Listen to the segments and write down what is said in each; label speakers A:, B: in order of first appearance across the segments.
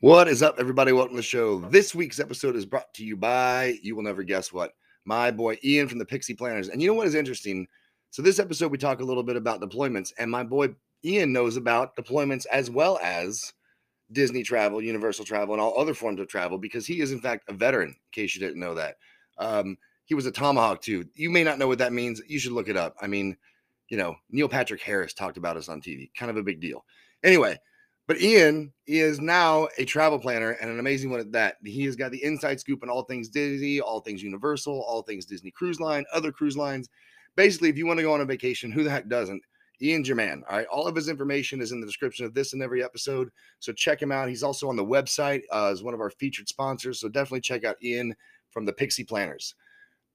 A: What is up, everybody? Welcome to the show. This week's episode is brought to you by, you will never guess what, my boy Ian from the Pixie Planners. And you know what is interesting? So, this episode, we talk a little bit about deployments, and my boy Ian knows about deployments as well as Disney travel, Universal travel, and all other forms of travel because he is, in fact, a veteran, in case you didn't know that. Um, he was a tomahawk, too. You may not know what that means. You should look it up. I mean, you know, Neil Patrick Harris talked about us on TV, kind of a big deal. Anyway, but Ian is now a travel planner and an amazing one at that. He has got the inside scoop on all things Disney, all things Universal, all things Disney Cruise Line, other cruise lines. Basically, if you want to go on a vacation, who the heck doesn't? Ian's your man. All right. All of his information is in the description of this and every episode. So check him out. He's also on the website uh, as one of our featured sponsors. So definitely check out Ian from the Pixie Planners.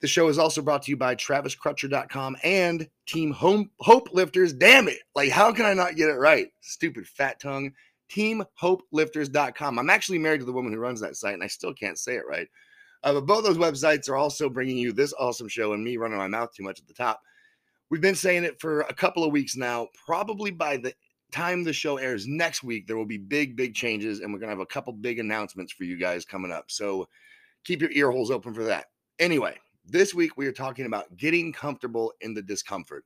A: The show is also brought to you by TravisCrutcher.com and Team Home Hope Lifters. Damn it. Like, how can I not get it right? Stupid fat tongue. TeamHopeLifters.com. I'm actually married to the woman who runs that site, and I still can't say it right. Uh, but both those websites are also bringing you this awesome show and me running my mouth too much at the top. We've been saying it for a couple of weeks now. Probably by the time the show airs next week, there will be big, big changes, and we're going to have a couple big announcements for you guys coming up. So keep your ear holes open for that. Anyway, this week we are talking about getting comfortable in the discomfort.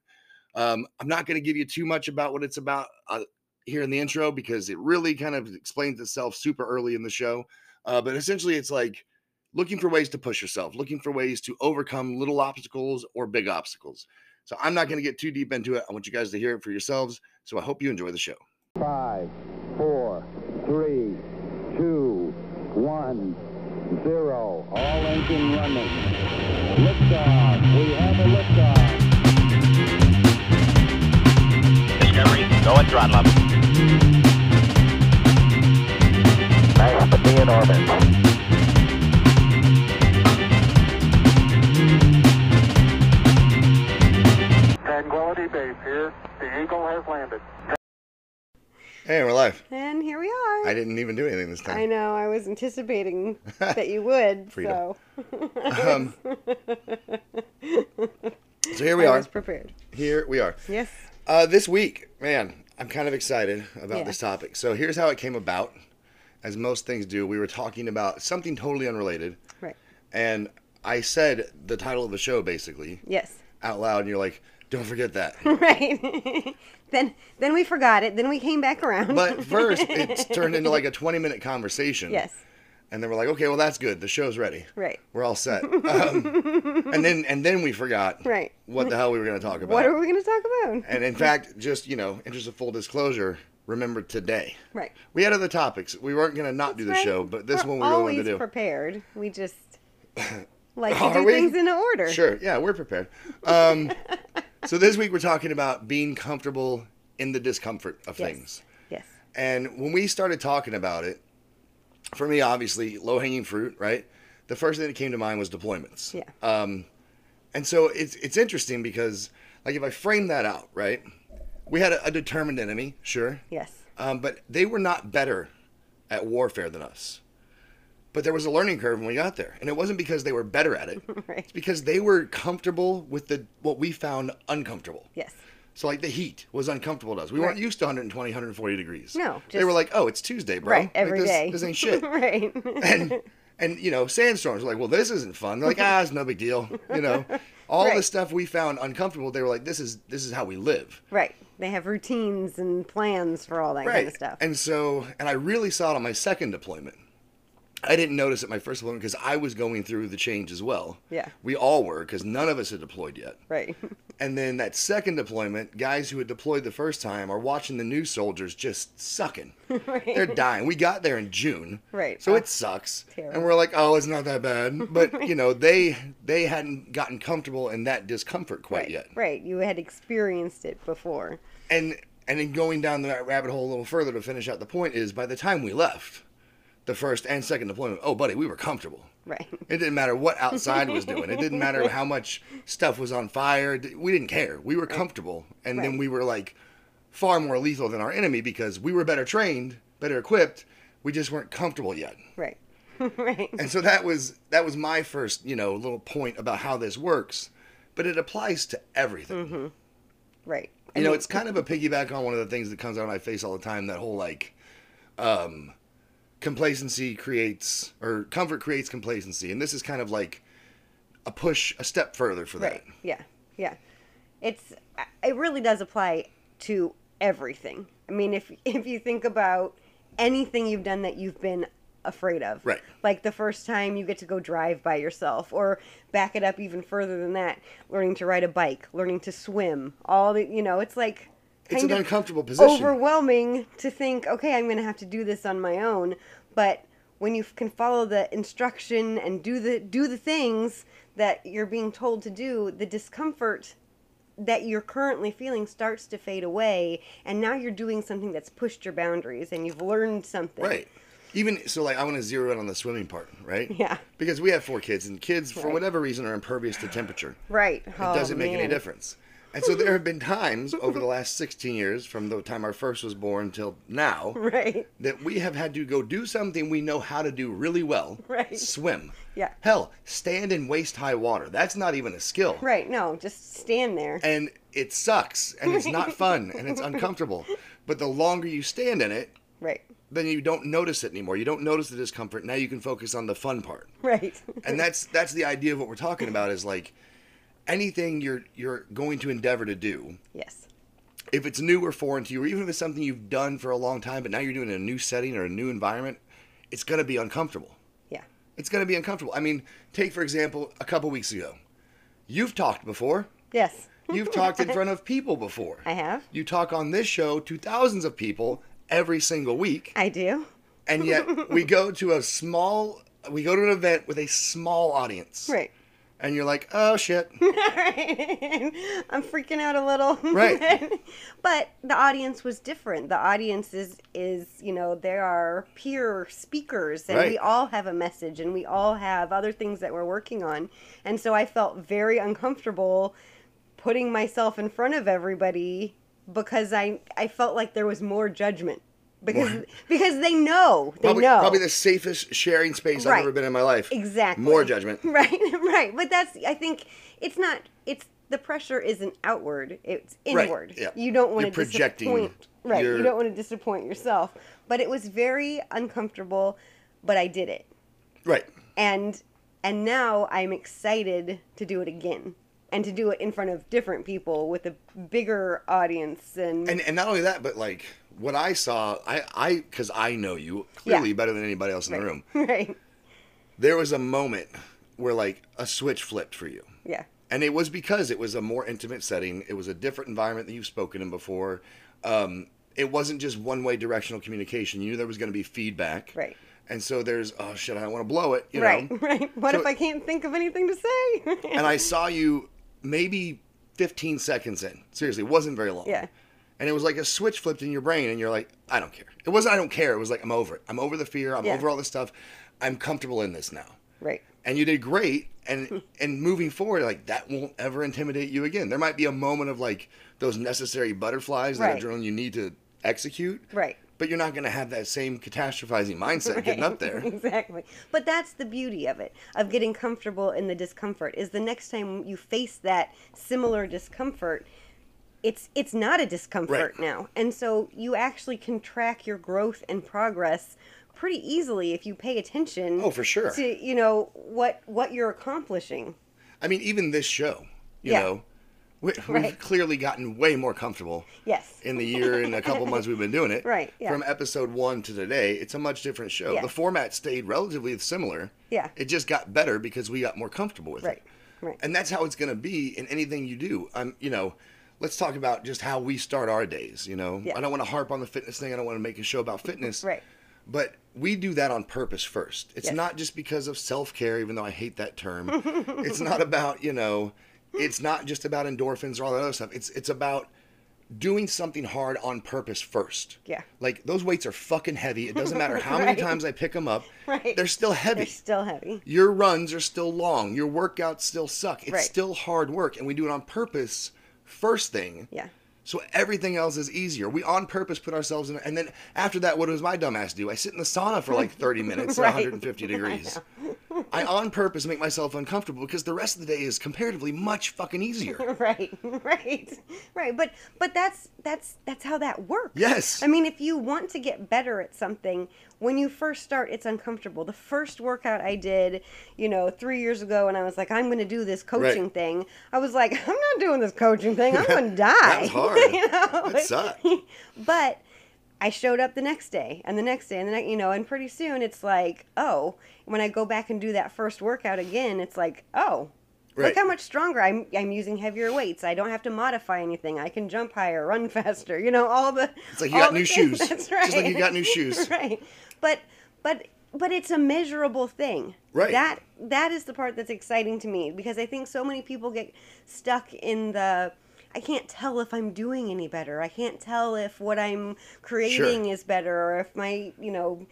A: Um, I'm not going to give you too much about what it's about uh, here in the intro because it really kind of explains itself super early in the show. Uh, but essentially, it's like looking for ways to push yourself, looking for ways to overcome little obstacles or big obstacles. So I'm not going to get too deep into it. I want you guys to hear it for yourselves. So I hope you enjoy the show.
B: Five, four, three, two, one, zero. All engine running. Liftoff. We have a liftoff.
C: Discovery, go and throttle up. Nice to be in orbit.
D: Tranquility Base here. The Eagle has landed.
A: Hey, we're live.
E: And here we are.
A: I didn't even do anything this
E: I
A: time.
E: know. I was anticipating that you would.
A: Freedom.
E: So
A: Um, so here we
E: I
A: are.
E: was prepared.
A: Here we are.
E: Yes.
A: Uh, this week, man, I'm kind of excited about
E: Yeah.
A: this topic. So here's how it came about. As most things do, we were talking about something totally unrelated,
E: Right.
A: and I said the title of the show basically
E: Yes.
A: out loud, and you're like, "Don't forget that."
E: Right. then then we forgot it. Then we came back around.
A: but first, it's turned into like a 20 minute conversation.
E: yes.
A: And then we're like, "Okay, well that's good. The show's ready.
E: Right.
A: We're all set." Um, and then and then we forgot
E: Right.
A: what the hell we were going to talk about.
E: What are we going to talk about?
A: and in fact, just you know, interest of full disclosure, remember today.
E: right.
A: We had other topics. We weren't going to not do the
E: Right?
A: show, but this
E: We're
A: one we really wanted to
E: always
A: do.
E: prepared. We just like to
A: Are
E: do
A: we?
E: things in order.
A: Sure. Yeah, we're prepared. Um, so this week we're talking about being comfortable in the discomfort of
E: Yes.
A: things.
E: Yes.
A: And when we started talking about it, for me, obviously, low hanging fruit, right? The first thing that came to mind was deployments.
E: Yeah.
A: Um, and so it's it's interesting because like if I frame that out, right? We had a, a determined enemy, sure.
E: Yes.
A: Um, but they were not better at warfare than us. But there was a learning curve when we got there, and it wasn't because they were better at it.
E: Right.
A: It's because they were comfortable with the what we found uncomfortable.
E: Yes.
A: So like the heat was uncomfortable to us. We weren't
E: Right.
A: used to 120, 140 degrees.
E: No,
A: they
E: just-
A: were like, oh, it's Tuesday, bro.
E: Right. Every
A: like, this,
E: day.
A: This ain't shit.
E: right.
A: and and you know sandstorms were like well this isn't fun they're like ah it's no big deal you know all the
E: Right.
A: stuff we found uncomfortable they were like this is this is how we live
E: right. They have routines and plans for all that kind of stuff.
A: and so and i really saw it on my second deployment i didn't notice it my first deployment because i was going through the change as well
E: Yeah.
A: we all were because none of us had deployed yet
E: right.
A: and then that second deployment guys who had deployed the first time are watching the new soldiers just sucking
E: right.
A: they're dying. We got there in June,
E: Right.
A: So
E: Oh,
A: it sucks,
E: terrible.
A: and we're like, oh, it's not that bad. But you know, they they hadn't gotten comfortable in that discomfort quite
E: right,
A: yet,
E: Right. You had experienced it before.
A: and and then going down that rabbit hole a little further to finish out the point is by the time we left, the first and second deployment, oh buddy, we were comfortable.
E: Right.
A: It didn't matter what outside was doing. It didn't matter how much stuff was on fire. D- We didn't care. We were comfortable, and then
E: Right.
A: we were like far more lethal than our enemy because we were better trained, better equipped. We just weren't comfortable yet.
E: Right. right.
A: and so that was that was my first you know little point about how this works but it applies to everything
E: Right. I
A: you know
E: mean,
A: it's kind of a piggyback on one of the things that comes out of my face all the time that whole like um complacency creates or comfort creates complacency, and this is kind of like a push a step further for that.
E: Right. Yeah. Yeah. It's uh, it really does apply to everything. I mean, if if you think about anything you've done that you've been afraid of.
A: Right.
E: Like the first time you get to go drive by yourself or back it up even further than that, learning to ride a bike, learning to swim, all the you know, it's like
A: It's an
E: kind of
A: uncomfortable position.
E: overwhelming to think, okay, I'm going to have to do this on my own. But when you f- can follow the instruction and do the do the things that you're being told to do, the discomfort that you're currently feeling starts to fade away, and now you're doing something that's pushed your boundaries, and you've learned something.
A: Right. Even so, like I want to zero in on the swimming part, right?
E: Yeah.
A: Because we have four kids, and kids, for
E: Right.
A: whatever reason, are impervious to temperature.
E: Right. Oh,
A: It doesn't make any difference. And so there have been times over the last 16 years, from the time our first was born till now,
E: Right.
A: that we have had to go do something we know how to do really well.
E: Right.
A: Swim.
E: Yeah.
A: Hell, stand in waist high water. That's not even a skill.
E: Right. No, just stand there.
A: And it sucks and it's not fun and it's uncomfortable. But the longer you stand in it,
E: Right.
A: then you don't notice it anymore. You don't notice the discomfort. Now you can focus on the fun part.
E: Right.
A: And that's that's the idea of what we're talking about is like anything you're you're going to endeavor to do
E: yes.
A: if it's new or foreign to you, or even if it's something you've done for a long time, but now you're doing it in a new setting or a new environment, it's going to be uncomfortable.
E: Yeah.
A: It's going to be uncomfortable. I mean, take for example, a couple weeks ago, you've talked before.
E: Yes.
A: You've talked in front of people before.
E: I have.
A: You talk on this show to thousands of people every single week,
E: I do.
A: and yet we go to a small, we go to an event with a small audience.
E: Right.
A: And you're like, oh shit.
E: I'm freaking out a little.
A: Right.
E: but the audience was different. The audience is is, you know, there are peer speakers and
A: Right.
E: we all have a message and we all have other things that we're working on. And so I felt very uncomfortable putting myself in front of everybody because I I felt like there was more judgment. Because because they know. They
A: Probably,
E: know.
A: probably the safest sharing space I've
E: Right.
A: ever been in my life.
E: Exactly.
A: More judgment.
E: Right, right. But that's I think it's not it's the pressure isn't outward, it's
A: Right,
E: inward.
A: yeah.
E: You don't want
A: You're
E: to
A: projecting
E: disappoint. Right.
A: your-
E: You don't want to disappoint yourself. But it was very uncomfortable, but I did it.
A: Right.
E: And and now I'm excited to do it again. And to do it in front of different people with a bigger audience and,
A: and and not only that, but like what I saw, I I because I know you clearly
E: Yeah.
A: better than anybody else in the room.
E: right.
A: There was a moment where like a switch flipped for you,
E: Yeah.
A: and it was because it was a more intimate setting. It was a different environment that you've spoken in before. Um, it wasn't just one way directional communication. You knew there was going to be feedback,
E: Right.
A: And so there's oh shit, I don't want to blow it, you
E: right,
A: know.
E: right. What
A: So-
E: if I can't think of anything to say?
A: and I saw you maybe 15 seconds in. Seriously, it wasn't very long.
E: Yeah.
A: And it was like a switch flipped in your brain, and you're like, I don't care. It wasn't, I don't care. It was like, I'm over it. I'm over the fear. I'm
E: Yeah.
A: over all this stuff. I'm comfortable in this now.
E: right.
A: And you did great. And and moving forward, like that won't ever intimidate you again. There might be a moment of like those necessary butterflies, that
E: Right.
A: adrenaline you need to execute.
E: Right.
A: But you're not going to have that same catastrophizing mindset getting up there.
E: exactly. But that's the beauty of it, of getting comfortable in the discomfort. Is the next time you face that similar discomfort, it's it's not a discomfort
A: Right.
E: now, and so you actually can track your growth and progress pretty easily if you pay attention.
A: Oh, for sure.
E: To you know what what you're accomplishing.
A: I mean, even this show, you
E: Yeah.
A: know, we, we've
E: Right.
A: clearly gotten way more comfortable.
E: Yes.
A: In the year and a couple months we've been doing it.
E: Right, yeah.
A: From episode one to today, it's a much different show.
E: Yeah.
A: The format stayed relatively similar.
E: Yeah.
A: It just got better because we got more comfortable with
E: Right.
A: it.
E: Right.
A: And that's how it's going to be in anything you do. I'm, you know, let's talk about just how we start our days. You know,
E: Yeah.
A: I don't want to harp on the fitness thing. I don't want to make a show about fitness.
E: Right.
A: But we do that on purpose first. It's
E: Yes.
A: not just because of self care, even though I hate that term. it's not about, you know, it's not just about endorphins or all that other stuff. It's it's about doing something hard on purpose first.
E: Yeah.
A: Like those weights are fucking heavy. It doesn't matter how many
E: Right.
A: times I pick them up.
E: Right.
A: They're still heavy.
E: They're still heavy.
A: Your runs are still long. Your workouts still suck. It's
E: Right.
A: still hard work, and we do it on purpose first thing.
E: Yeah.
A: So everything else is easier. We on purpose put ourselves in, and then after that, what does my dumbass do? I sit in the sauna for like 30 minutes
E: Right.
A: at 150 degrees. I on purpose make myself uncomfortable because the rest of the day is comparatively much fucking easier.
E: right right right but but that's that's that's how that works
A: Yes.
E: i mean if you want to get better at something when you first start it's uncomfortable the first workout i did you know three years ago and i was like i'm going to do this coaching thing i was like i'm not doing this coaching thing i'm going to die
A: That was hard.
E: you know
A: That sucked.
E: but I showed up the next day and the next day and the next, you know, and pretty soon it's like, oh, when I go back and do that first workout again, it's like, oh,
A: Right.
E: look how much stronger I'm. I'm using heavier weights. I don't have to modify anything. I can jump higher, run faster. You know, all the.
A: It's like you
E: all
A: got
E: the
A: new
E: things-
A: shoes.
E: That's right.
A: Just like you got new shoes.
E: right, but but but it's a measurable thing.
A: Right.
E: That that is the part that's exciting to me because I think so many people get stuck in the I can't tell if I'm doing any better. I can't tell if what I'm creating is better or if my, you know,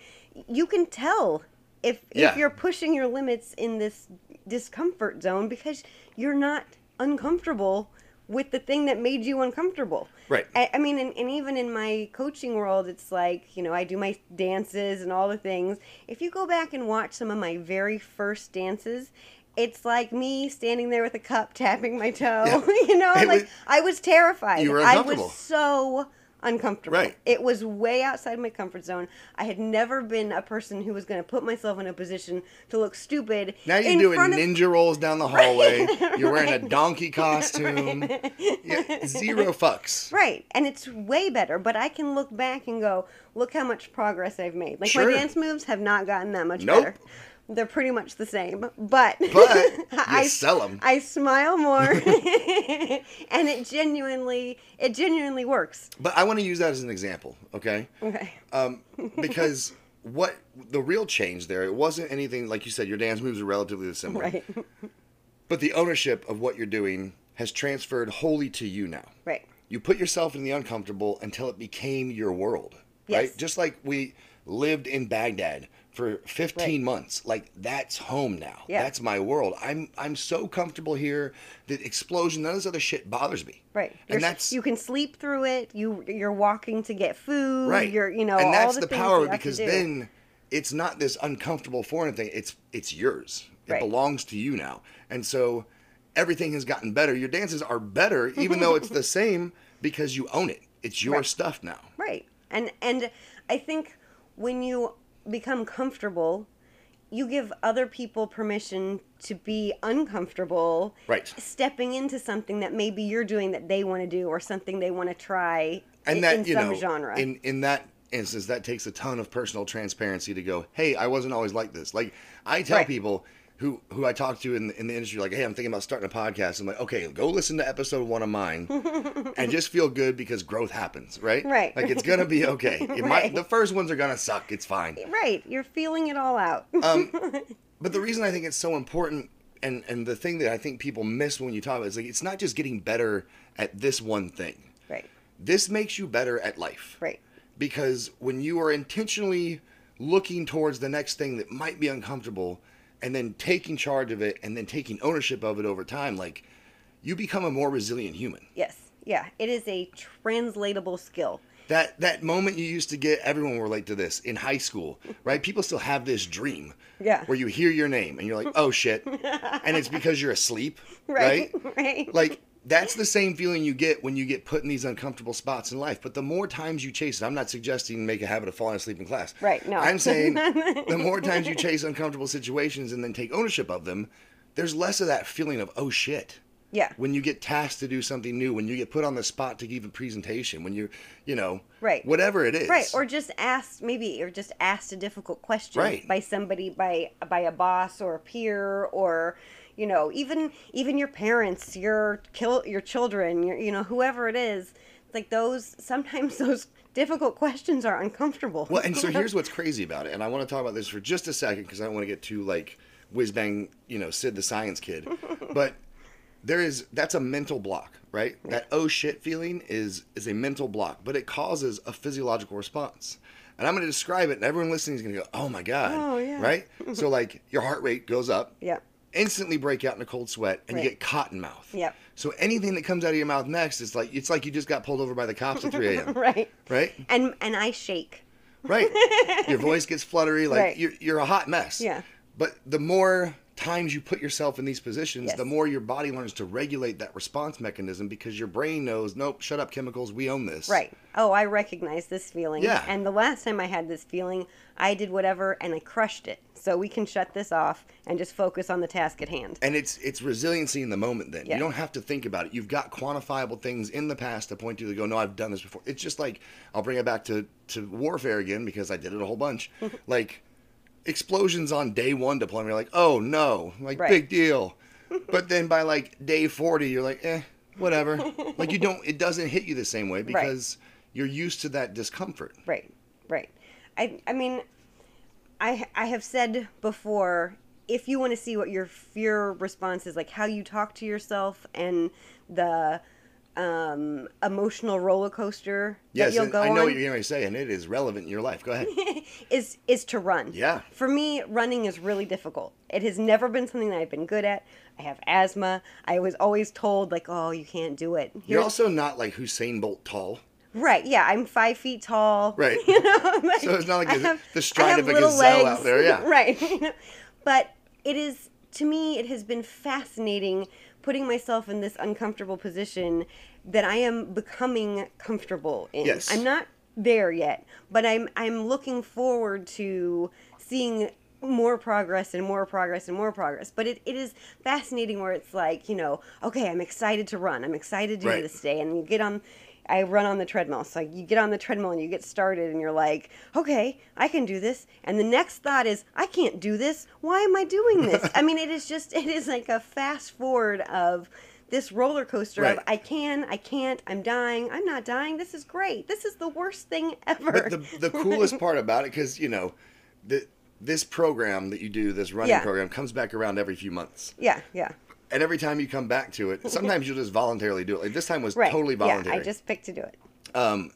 E: you can tell if
A: Yeah.
E: if you're pushing your limits in this discomfort zone because you're not uncomfortable with the thing that made you uncomfortable.
A: Right.
E: I, I mean, and, and even in my coaching world, it's like, you know, I do my dances and all the things. If you go back and watch some of my very first dances, it's like me standing there with a cup tapping my toe.
A: Yeah.
E: you know,
A: It
E: like
A: was-
E: I was terrified.
A: You were
E: I
A: uncomfortable.
E: was so uncomfortable.
A: Right.
E: It was way outside my comfort zone. I had never been a person who was going to put myself in a position to look stupid.
A: Now you're
E: in
A: doing
E: front of-
A: ninja rolls down the hallway. You're wearing a donkey costume. Yeah, zero fucks.
E: Right, and it's way better. But I can look back and go, look how much progress I've made. Like
A: Sure.
E: my dance moves have not gotten that much
A: Nope.
E: better. They're pretty much the same, but
A: But you sell 'em.
E: I smile more, and it genuinely it genuinely works.
A: But I want to use that as an example, okay?
E: Okay.
A: Um, because what the real change there, it wasn't anything like you said. Your dance moves are relatively the similar,
E: Right.
A: but the ownership of what you're doing has transferred wholly to you now.
E: Right.
A: you put yourself in the uncomfortable until it became your world
E: Yes.
A: right just like we lived in baghdad for 15
E: Right.
A: months like that's home now
E: Yeah.
A: that's my world i'm i'm so comfortable here that explosion none of this other shit bothers me
E: Right.
A: and
E: You're,
A: that's
E: you can sleep through it. You you're walking to get food.
A: right
E: You're you know
A: and that's
E: all the,
A: the,
E: things
A: power
E: you have to
A: because
E: do.
A: then it's not this uncomfortable foreign thing it's it's yours it
E: Right.
A: belongs to you now and so everything has gotten better your dances are better even though it's the same because you own it it's your
E: Right.
A: stuff now
E: Right. And and I think when you become comfortable, you give other people permission to be uncomfortable.
A: Right.
E: Stepping into something that maybe you're doing that they want to do or something they want to try i-
A: and that
E: in
A: you
E: some
A: know
E: genre.
A: in in that instance that takes a ton of personal transparency to go hey i wasn't always like this like i tell
E: Right.
A: people who who i talk to in, the- in the industry like hey i'm thinking about starting a podcast i'm like okay go listen to episode one of mine and just feel good because growth happens right
E: Right.
A: like it's gonna be okay it might
E: Right.
A: the first ones are gonna suck it's fine
E: right. You're feeling it all out.
A: Uh, but the reason I think it's so important and and the thing that I think people miss when you talk about it is like it's not just getting better at this one thing.
E: Right.
A: This makes you better at life.
E: Right.
A: Because when you are intentionally looking towards the next thing that might be uncomfortable and then taking charge of it and then taking ownership of it over time like you become a more resilient human.
E: yes. Yeah. It is a translatable skill.
A: That that moment you used to get, everyone will relate to this in high school, right? People still have this dream,
E: Yeah.
A: where you hear your name and you're like, oh shit, and it's because you're asleep, right?
E: Right. Right.
A: Like that's the same feeling you get when you get put in these uncomfortable spots in life. But the more times you chase it, I'm not suggesting make a habit of falling asleep in class.
E: Right, no.
A: I'm saying the more times you chase uncomfortable situations and then take ownership of them, there's less of that feeling of oh shit
E: yeah.
A: when you get tasked to do something new, when you get put on the spot to give a presentation, when you, you know,
E: Right.
A: whatever it is,
E: Right, or just asked maybe, or just asked a difficult question
A: Right.
E: by somebody, by by a boss or a peer, or you know, even even your parents, your kill your children, your you know, whoever it is. Like those, sometimes those difficult questions are uncomfortable.
A: well, and so here's what's crazy about it, and I want to talk about this for just a second because I don't want to get too like whiz bang, you know, Sid the Science Kid, but there is that's a mental block, right? That oh shit feeling is is a mental block, but it causes a physiological response. And I'm going to describe it, and everyone listening is going to go, "Oh my god!"
E: Oh, yeah.
A: Right? so like your heart rate goes up.
E: Yeah.
A: Instantly break out in a cold sweat, and you
E: Right.
A: get cotton mouth.
E: Yep.
A: So anything that comes out of your mouth next is like it's like you just got pulled over by the cops at 3 a.m.
E: right,
A: Right,
E: and and I shake.
A: right. Your voice gets fluttery, like
E: Right.
A: you're you're a hot mess.
E: Yeah.
A: But the more times you put yourself in these positions,
E: Yes.
A: the more your body learns to regulate that response mechanism because your brain knows, nope, shut up, chemicals, we own this.
E: Right. Oh, I recognize this feeling.
A: Yeah.
E: And the last time I had this feeling, I did whatever and I crushed it. So we can shut this off and just focus on the task at hand.
A: And it's it's resiliency in the moment. Then
E: Yeah.
A: you don't have to think about it. You've got quantifiable things in the past to point to to go. No, I've done this before. It's just like I'll bring it back to to warfare again because I did it a whole bunch. like explosions on day one deployment. You're like, oh no, like
E: Right.
A: big deal. but then by like day forty, you're like, eh, whatever. like you don't. It doesn't hit you the same way because you're used to that discomfort.
E: Right. Right. I I mean I I have said before if you want to see what your fear response is like how you talk to yourself and the um, emotional roller coaster
A: Yes,
E: that you'll
A: and
E: go
A: I know
E: on
A: what you're going to say, and it is relevant in your life. Go ahead.
E: is is to run.
A: Yeah.
E: For me, running is really difficult. It has never been something that I've been good at. I have asthma. I was always told like, "Oh, you can't do it."
A: you're
E: Here's-
A: also not like Hussein Bolt tall.
E: right. Yeah, I'm five feet tall.
A: Right.
E: You know, I'm like,
A: So it's not like
E: I
A: it's
E: have-
A: the
E: I
A: stride
E: have
A: of a
E: little
A: gazelle
E: legs.
A: out there. Yeah.
E: right. You know? But it is to me. It has been fascinating putting myself in this uncomfortable position that I am becoming comfortable in.
A: Yes.
E: I'm not there yet, but I'm I'm looking forward to seeing more progress and more progress and more progress. But it, it is fascinating where it's like, you know, okay, I'm excited to run. I'm excited to
A: Right.
E: do this today. And you get on I run on the treadmill. So you get on the treadmill and you get started and you're like, okay, I can do this. And the next thought is, I can't do this. Why am I doing this? I mean, it is just it is like a fast forward of this roller coaster of
A: Right.
E: I can, I can't, I'm dying, I'm not dying. This is great. This is the worst thing ever.
A: But the, the coolest part about it, because you know, the, this program that you do, this running
E: Yeah.
A: program, comes back around every few months,
E: yeah, yeah.
A: and every time you come back to it, sometimes you'll just voluntarily do it. Like this time was
E: Right.
A: totally voluntary.
E: Yeah, I just picked to do it.
A: um,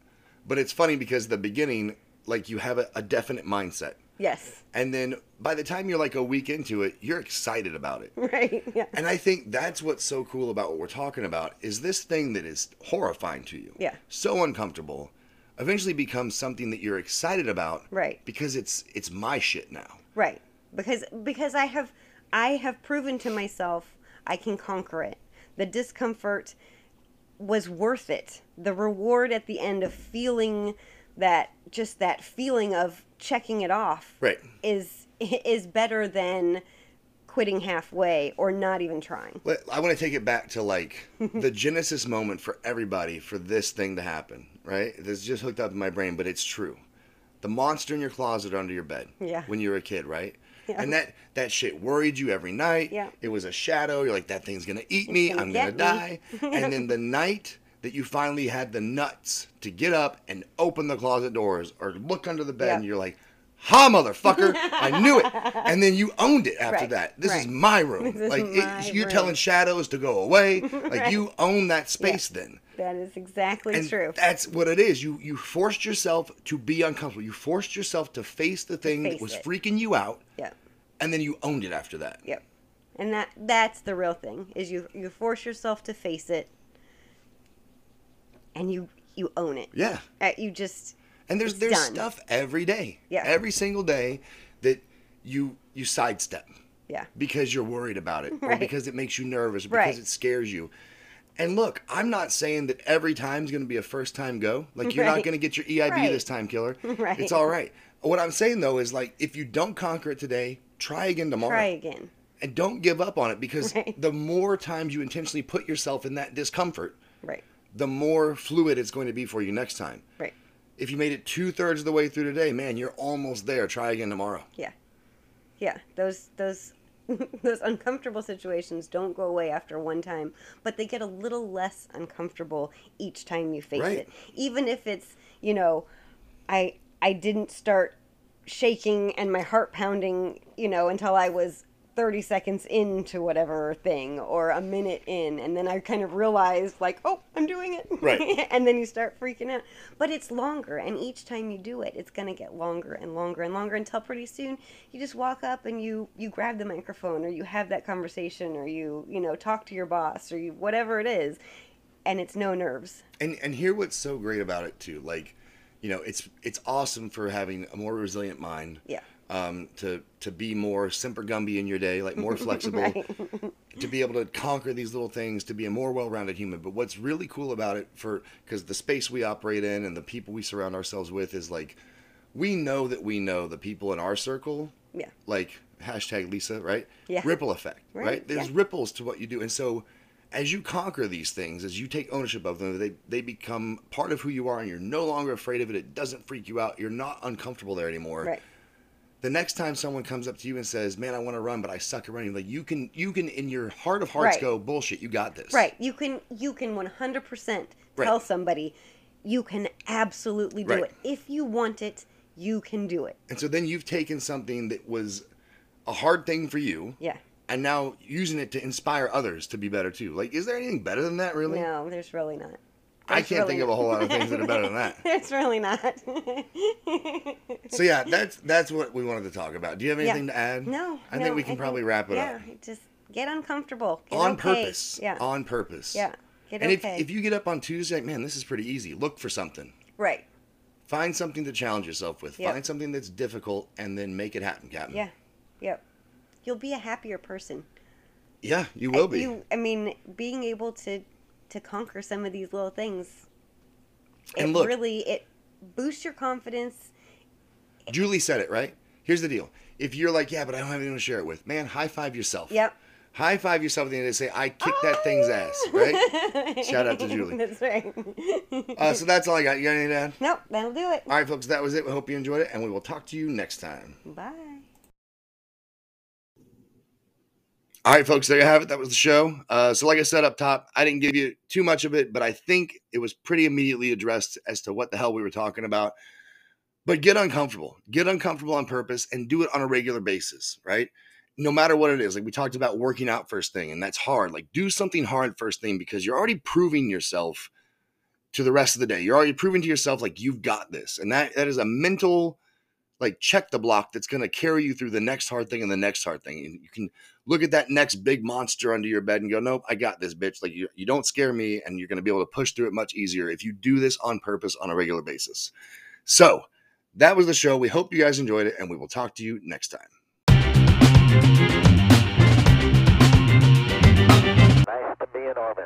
A: but it's funny because the beginning, like you have a, a definite mindset,
E: Yes.
A: and then by the time you're like a week into it, you're excited about it.
E: Right. Yeah.
A: And I think that's what's so cool about what we're talking about is this thing that is horrifying to you.
E: Yeah.
A: So uncomfortable eventually becomes something that you're excited about.
E: Right.
A: Because it's it's my shit now.
E: Right. Because because I have I have proven to myself I can conquer it. The discomfort was worth it. The reward at the end of feeling that just that feeling of checking it off
A: Right.
E: is is better than quitting halfway or not even trying.
A: Let- I want to take it back to like the genesis moment for everybody for this thing to happen, right? This is just hooked up in my brain, but it's true. The monster in your closet under your bed.
E: Yeah.
A: When you were a kid, right?
E: Yeah.
A: And that that shit worried you every night.
E: Yeah.
A: It was a shadow. You're like, that thing's gonna eat me.
E: gonna
A: I'm gonna die.
E: get
A: and then the night that you finally had the nuts to get up and open the closet doors or look under the bed,
E: Yeah.
A: and you're like. Ha, motherfucker! I knew it, and then you owned it after
E: Right,
A: that. This is
E: right.
A: my room.
E: This is
A: like
E: my
A: it, you're
E: room.
A: telling shadows to go away. Like you own that space then.
E: That is exactly
A: And
E: true.
A: that's what it is. You you forced yourself to be uncomfortable. You forced yourself to face the thing that
E: face
A: was
E: it.
A: freaking you out,
E: yep.
A: and then you owned it after that.
E: Yep. And that that's the real thing is you you force yourself to face it and you you own it.
A: Yeah.
E: Uh, you just
A: And there's
E: It's
A: there's
E: done.
A: stuff every day.
E: Yeah.
A: Every single day that you you sidestep
E: yeah.
A: because you're worried about it or
E: Right.
A: because it makes you nervous or because
E: Right.
A: it scares you. And look, I'm not saying that every time's going to be a first time go. Like you're not
E: Right.
A: going to get your EIB
E: Right.
A: this time, killer.
E: Right.
A: It's all right. What I'm saying though is like if you don't conquer it today, try again tomorrow.
E: Try again.
A: And don't give up on it because
E: Right.
A: the more times you intentionally put yourself in that discomfort,
E: Right.
A: the more fluid it's going to be for you next time.
E: Right.
A: If you made it two thirds of the way through today, man, you're almost there. Try again tomorrow.
E: Yeah. Yeah. Those those those uncomfortable situations don't go away after one time, but they get a little less uncomfortable each time you face
A: Right.
E: it. Even if it's, you know, I I didn't start shaking and my heart pounding, you know, until I was 30 seconds into whatever thing or a minute in and then I kind of realized like, "Oh, I'm doing it."
A: Right.
E: and then you start freaking out. But it's longer and each time you do it, it's going to get longer and longer and longer until pretty soon you just walk up and you you grab the microphone or you have that conversation or you, you know, talk to your boss or you whatever it is and it's no nerves.
A: and and hear what's so great about it too like you know it's it's awesome for having a more resilient mind
E: Yeah.
A: um, to to be more simper Gumby in your day, like more flexible, to be able to conquer these little things, to be a more well-rounded human. But what's really cool about it, for because the space we operate in and the people we surround ourselves with is like, we know that we know the people in our circle,
E: Yeah.
A: like hashtag Lisa, right?
E: Yeah.
A: Ripple effect, right?
E: Right,
A: There's
E: yeah.
A: ripples to what you do, and so as you conquer these things, as you take ownership of them, they they become part of who you are, and you're no longer afraid of it. It doesn't freak you out. You're not uncomfortable there anymore
E: Right.
A: the next time someone comes up to you and says, "Man, I want to run, but I suck at running," like you can, you can in your heart of hearts
E: Right.
A: go, "Bullshit, you got this."
E: Right. You can you can 100% tell
A: Right.
E: somebody you can absolutely do
A: Right.
E: it. If you want it, you can do it.
A: And so then you've taken something that was a hard thing for you,
E: Yeah.
A: and now using it to inspire others to be better too. Like, is there anything better than that, really?
E: No, there's really not.
A: I
E: There's
A: can't
E: really
A: think of a
E: not.
A: whole lot of things that are better than that.
E: There's really not.
A: So yeah, that's that's what we wanted to talk about. Do you have
E: Yeah.
A: anything to add?
E: No.
A: I
E: no,
A: think we can probably wrap it up
E: Yeah, just get uncomfortable. Get
A: on
E: okay.
A: purpose.
E: Yeah.
A: On purpose.
E: yeah. Get
A: And
E: okay.
A: if if you get up on Tuesday, like, man, this is pretty easy. Look for something.
E: right.
A: Find something to challenge yourself with.
E: Yep.
A: Find something that's difficult and then make it happen, Captain.
E: Yeah. Yep. You'll be a happier person.
A: Yeah, you will be.
E: You, I mean, being able to to conquer some of these little things.
A: And
E: it
A: look-
E: really it boosts your confidence.
A: Julie said it, right? Here's the deal. If you're like, yeah, but I don't have anyone to share it with, man, high five yourself.
E: Yep. Oh!
A: High five yourself at the end of the day. Say, I kicked that thing's ass, right? Shout out to Julie.
E: That's right.
A: uh, so that's all I got. You got anything to add?
E: nope, that'll do it.
A: All right, folks, that was it. We hope you enjoyed it, and we will talk to you next time.
E: Bye.
A: All right, folks, there you have it. That was the show. Uh, so, like I said up top, I didn't give you too much of it, but I think it was pretty immediately addressed as to what the hell we were talking about. But get uncomfortable, get uncomfortable on purpose, and do it on a regular basis, right? No matter what it is. Like we talked about working out first thing, and that's hard. Like, do something hard first thing because you're already proving yourself to the rest of the day. You're already proving to yourself, like, you've got this. And that that is a mental, like, check the block that's going to carry you through the next hard thing and the next hard thing. And you can look at that next big monster under your bed and go, nope, I got this bitch. Like you, you don't scare me, and you're going to be able to push through it much easier if you do this on purpose on a regular basis. So that was the show. We hope you guys enjoyed it, and we will talk to you next time.
C: Nice to be in orbit.